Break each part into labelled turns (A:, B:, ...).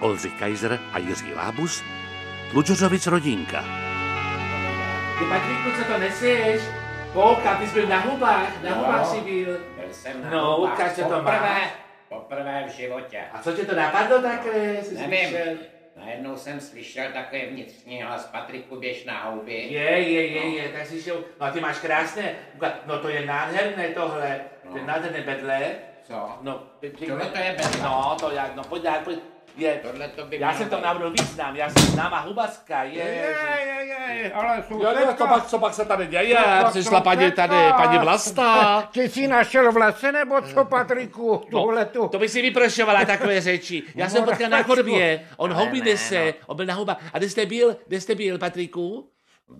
A: Olzy Kaiser a Jiří Lábus, Tlučořovic rodinka.
B: Ty Patriku, co to neseš? Polka, ty jsi byl na hubách, na
C: No.
B: hubách jsi byl.
C: Byl jsem na
B: No,
C: hubách
B: ukáž, co to
C: poprvé,
B: máš.
C: poprvé v životě.
B: A co tě to napadlo takhle? Jsi
C: Nevím,
B: slyšel?
C: najednou jsem slyšel takový vnitřní hlas Patriku běž na houby.
B: Je, je, je, je, tak jsi šel, no a ty máš krásné, uka- no to je nádherné tohle, to je
C: No.
B: nádherné bedle.
C: Co?
B: No, ty, ty,
C: Tohle to je bedle.
B: No, to já, no pojď dál, pojď. Je,
C: Tohle to by
B: já
C: mělo
B: jsem to
C: být.
B: navrhl význam, já jsem známa hubaska, je.
D: je, je, ale
A: co pak se tady děje?
D: No,
A: Přišla
D: to-
A: paní tady, paní Vlasta.
D: Ty jsi našel v lese nebo co, Patriku?
B: No,
D: Tuhle tu.
B: To by si vyprošovala takové řeči. Já jsem ho potkal na chodbě, on houby nese,
D: no.
B: on byl na hubách. A kde jste byl, kde jste byl, Patriku?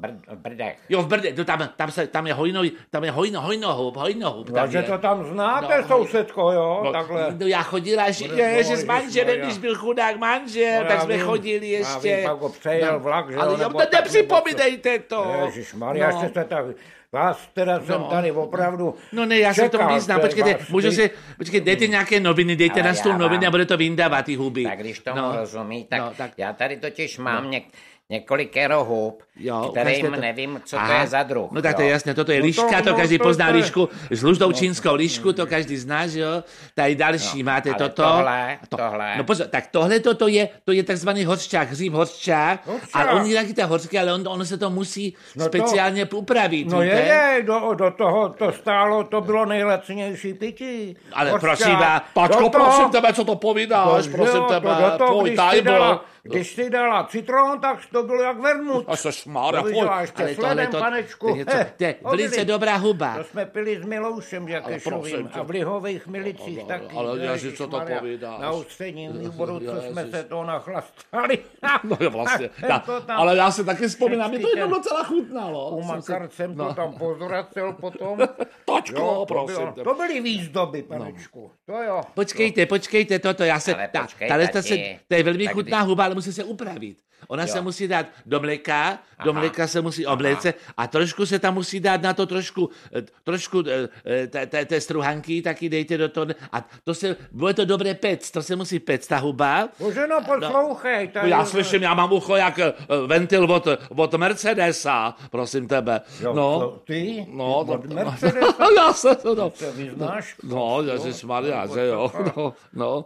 C: Br- brdech.
B: Jo, v Brde, no tam, tam, se, tam je hojno, tam je hojno, hojno hub, hojno hub.
D: No,
B: Tam
D: že
B: je.
D: to tam znáte,
B: No,
D: sousedko, jo,
B: No,
D: takhle.
B: no, já chodila, že,
D: Bude
B: je, že
D: zvolit,
B: s manželem,
D: Maria.
B: když byl chudák manžel,
D: No,
B: tak
D: já
B: jsme
D: vím,
B: chodili
D: já
B: ještě.
D: vím, pak ho přejel vlak, že jo,
B: Ale jo,
D: nebo
B: to
D: tak,
B: nepřipomínejte to.
D: Ježíš Maria, no. jste tak, vás teda jsem
B: No.
D: tady opravdu
B: No ne, já jsem to
D: čekal,
B: vyznám,
D: to je
B: počkejte,
D: vás-
B: můžu
D: ty-
B: se, počkejte, dejte nějaké noviny, dejte
C: Ale
B: na stůl
C: já
B: noviny
C: vám-
B: a bude to vyndávat ty huby.
C: Tak když tomu
B: No.
C: rozumí, tak,
B: No,
C: no,
B: tak- no.
C: tak já tady totiž mám něk, několikero hub,
B: Jo,
C: kterým
B: ukažte to.
C: nevím, co to
B: Aha.
C: je za druh.
B: No tak to
C: jo.
B: je jasné, toto je
D: No to-
B: liška, to
D: no
B: každý
D: to-
B: pozná
D: to je-
B: lišku, žluždou čínskou lišku, to každý zná, že jo? Tady další
C: No,
B: máte
C: ale
B: toto.
C: tohle,
B: To-
C: tohle.
B: No pozor, tak tohle toto je, to je takzvaný hořčák, hřím hořčák,
D: Hořčák.
B: ale on je taky ta hořký, ale on, ono se to musí
D: No to-
B: speciálně upravit,
D: No je,
B: víte?
D: je, do, do toho to stálo, to bylo nejlacnější pití.
B: Ale
D: Hořčák.
B: prosím vás, Paťko,
D: Do toho-
B: prosím tebe, co to povídáš,
D: to,
B: prosím
D: jo, to
B: tebe,
D: do toho,
B: tvůj
D: když, si
B: tajbl.
D: dala, když si dala citron, tak to bylo jak vermut.
B: A se šmára,
D: To
B: pojď.
D: vydělá ještě
B: Ale
D: sledem,
B: tohle to,
D: panečku.
B: to je něco-
D: He,
B: to je
D: odlí.
B: velice dobrá huba.
D: To jsme pili s Miloušem, jak
B: Ale
D: je šovím,
B: prosím tě.
D: a v lihových milicích
B: Ale-
D: taky.
B: ale Ježíš,
D: Ježíš
B: co to
D: Maria,
B: povídáš?
D: Na ústředním výboru, co jsme
B: Ježíš.
D: se to nachlastali.
B: No jo, vlastně.
D: Tak jsem
B: Já,
D: to tam-
B: ale já si taky vzpomínám, mi to
D: Vždycky
B: jednou
D: ten-
B: docela chutnalo.
D: u
B: Jsem si-
D: Makar jsem to
B: no.
D: tam pozoracel potom.
B: Tačko,
D: to,
B: prosím
D: bylo,
B: tě. No.
D: to byly výzdoby, panečku. To jo. No.
B: Počkejte, počkejte, toto, já se,
C: Ale
B: ta,
C: počkej,
B: tahle
C: tati.
B: ta se, to je velmi
C: Tak
B: chutná
C: když-
B: huba, ale musí se upravit. Ona se
C: Jo.
B: musí dát do mléka, do
C: Aha.
B: mléka se musí obléce a trošku se tam musí dát na to trošku, eh, trošku eh, eh, té- té- té struhanky, taky dejte do toho a to se, bude to dobré pec, to se musí pec ta huba.
D: Bože, no poslouchej.
B: No
D: Tady,
B: já slyším, já mám ucho jak eh, ventil od, od Mercedesa, prosím tebe.
D: Jo,
B: no,
D: to ty?
B: no,
D: Od
B: to-
D: Mercedesa?
B: já se to, no.
D: Se vyznáš?
B: No, ježiš Maria,
D: No,
B: že jo,
D: tak-
B: no, no.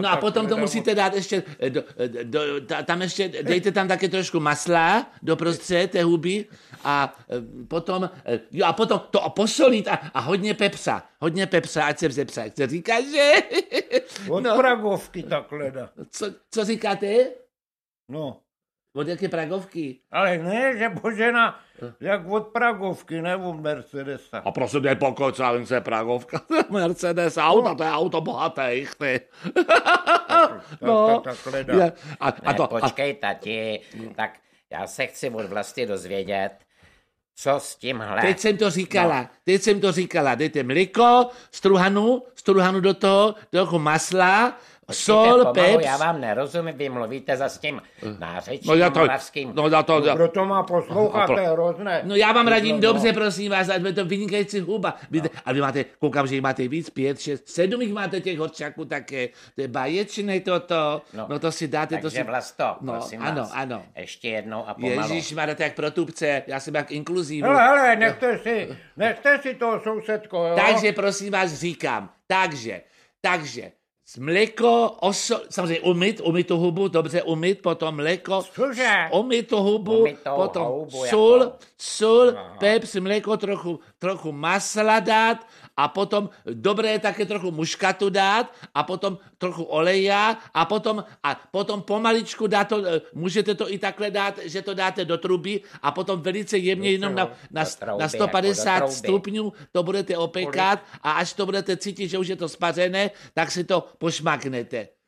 B: No a
D: tak
B: potom to
D: nedá
B: musíte dát ještě, eh, do, eh, do, ta- tam ještě, dejte tam také trošku masla doprostřed té huby a eh, potom, eh, jo a potom to posolit a, a hodně pepsa, hodně pepsa, ať se vzepsa, jak se říká, že?
D: Od
B: No.
D: Pragovky takhle. da.
B: Co, co říkáte?
D: No.
B: Od jaké pragovky?
D: Ale ne, že Božena,
B: Hm.
D: jak od Pragovky, ne od Mercedesa.
B: A prosím mě pokoj, co já vím, co je Pragovka. Mercedes auta, to je auto bohatých, ty. no,
D: tak- takhle dá.
B: je, a, a
C: Ne,
B: to, a, No.
C: počkej, tati, tak já se chci od vlasti dozvědět, co s tímhle.
B: teď jsem to
C: No.
B: říkala, teď jsem to říkala, dejte mliko, struhanu, struhanu do toho, trochu masla, sol,
C: Jděte pomalu,
B: peps.
C: Já vám nerozumím, vy mluvíte za s tím nářečím
B: No já to,
C: moravským.
B: no já to, já,
D: Proto má poslouchat,
B: No,
D: to
B: pro-
D: je hrozné.
B: No já vám radím
D: No, no.
B: dobře, prosím vás, ať bude to vynikající huba. Víte,
C: No.
B: A vy máte, koukám, že jich máte víc, pět, šest, sedm jich máte těch horčáků také. To je baječné toto. No,
C: No,
B: to si dáte, to
C: Takže
B: si...
C: vlasto,
B: No,
C: prosím
B: ano,
C: vás,
B: ano.
C: ještě jednou a pomalu.
B: Ježíš, máte jak pro tupce, já jsem jak inkluzivní.
D: Hele, No, hele, nechte si, nechte si toho sousedko, jo?
B: Takže prosím vás říkám, takže, takže, s mléko, oso, samozřejmě umyt, umyt tu hubu, dobře umyt, potom mléko,
D: Cože?
B: umyt tu hubu,
C: Umytou
B: potom
C: houbu
B: sůl,
C: jako.
B: sůl, peps, mléko, trochu, trochu masla dát a potom dobré je také trochu muškatu dát a potom trochu oleja a potom, a potom pomaličku dát to, eh, můžete to i takhle dát, že to dáte do truby a potom velice jemně jenom na, na,
C: Do trouby,
B: na
C: jako do
B: 150
C: trouby.
B: stupňů stupňů to budete opekat a až to budete cítit, že už je to spařené, tak si to pošmaknete.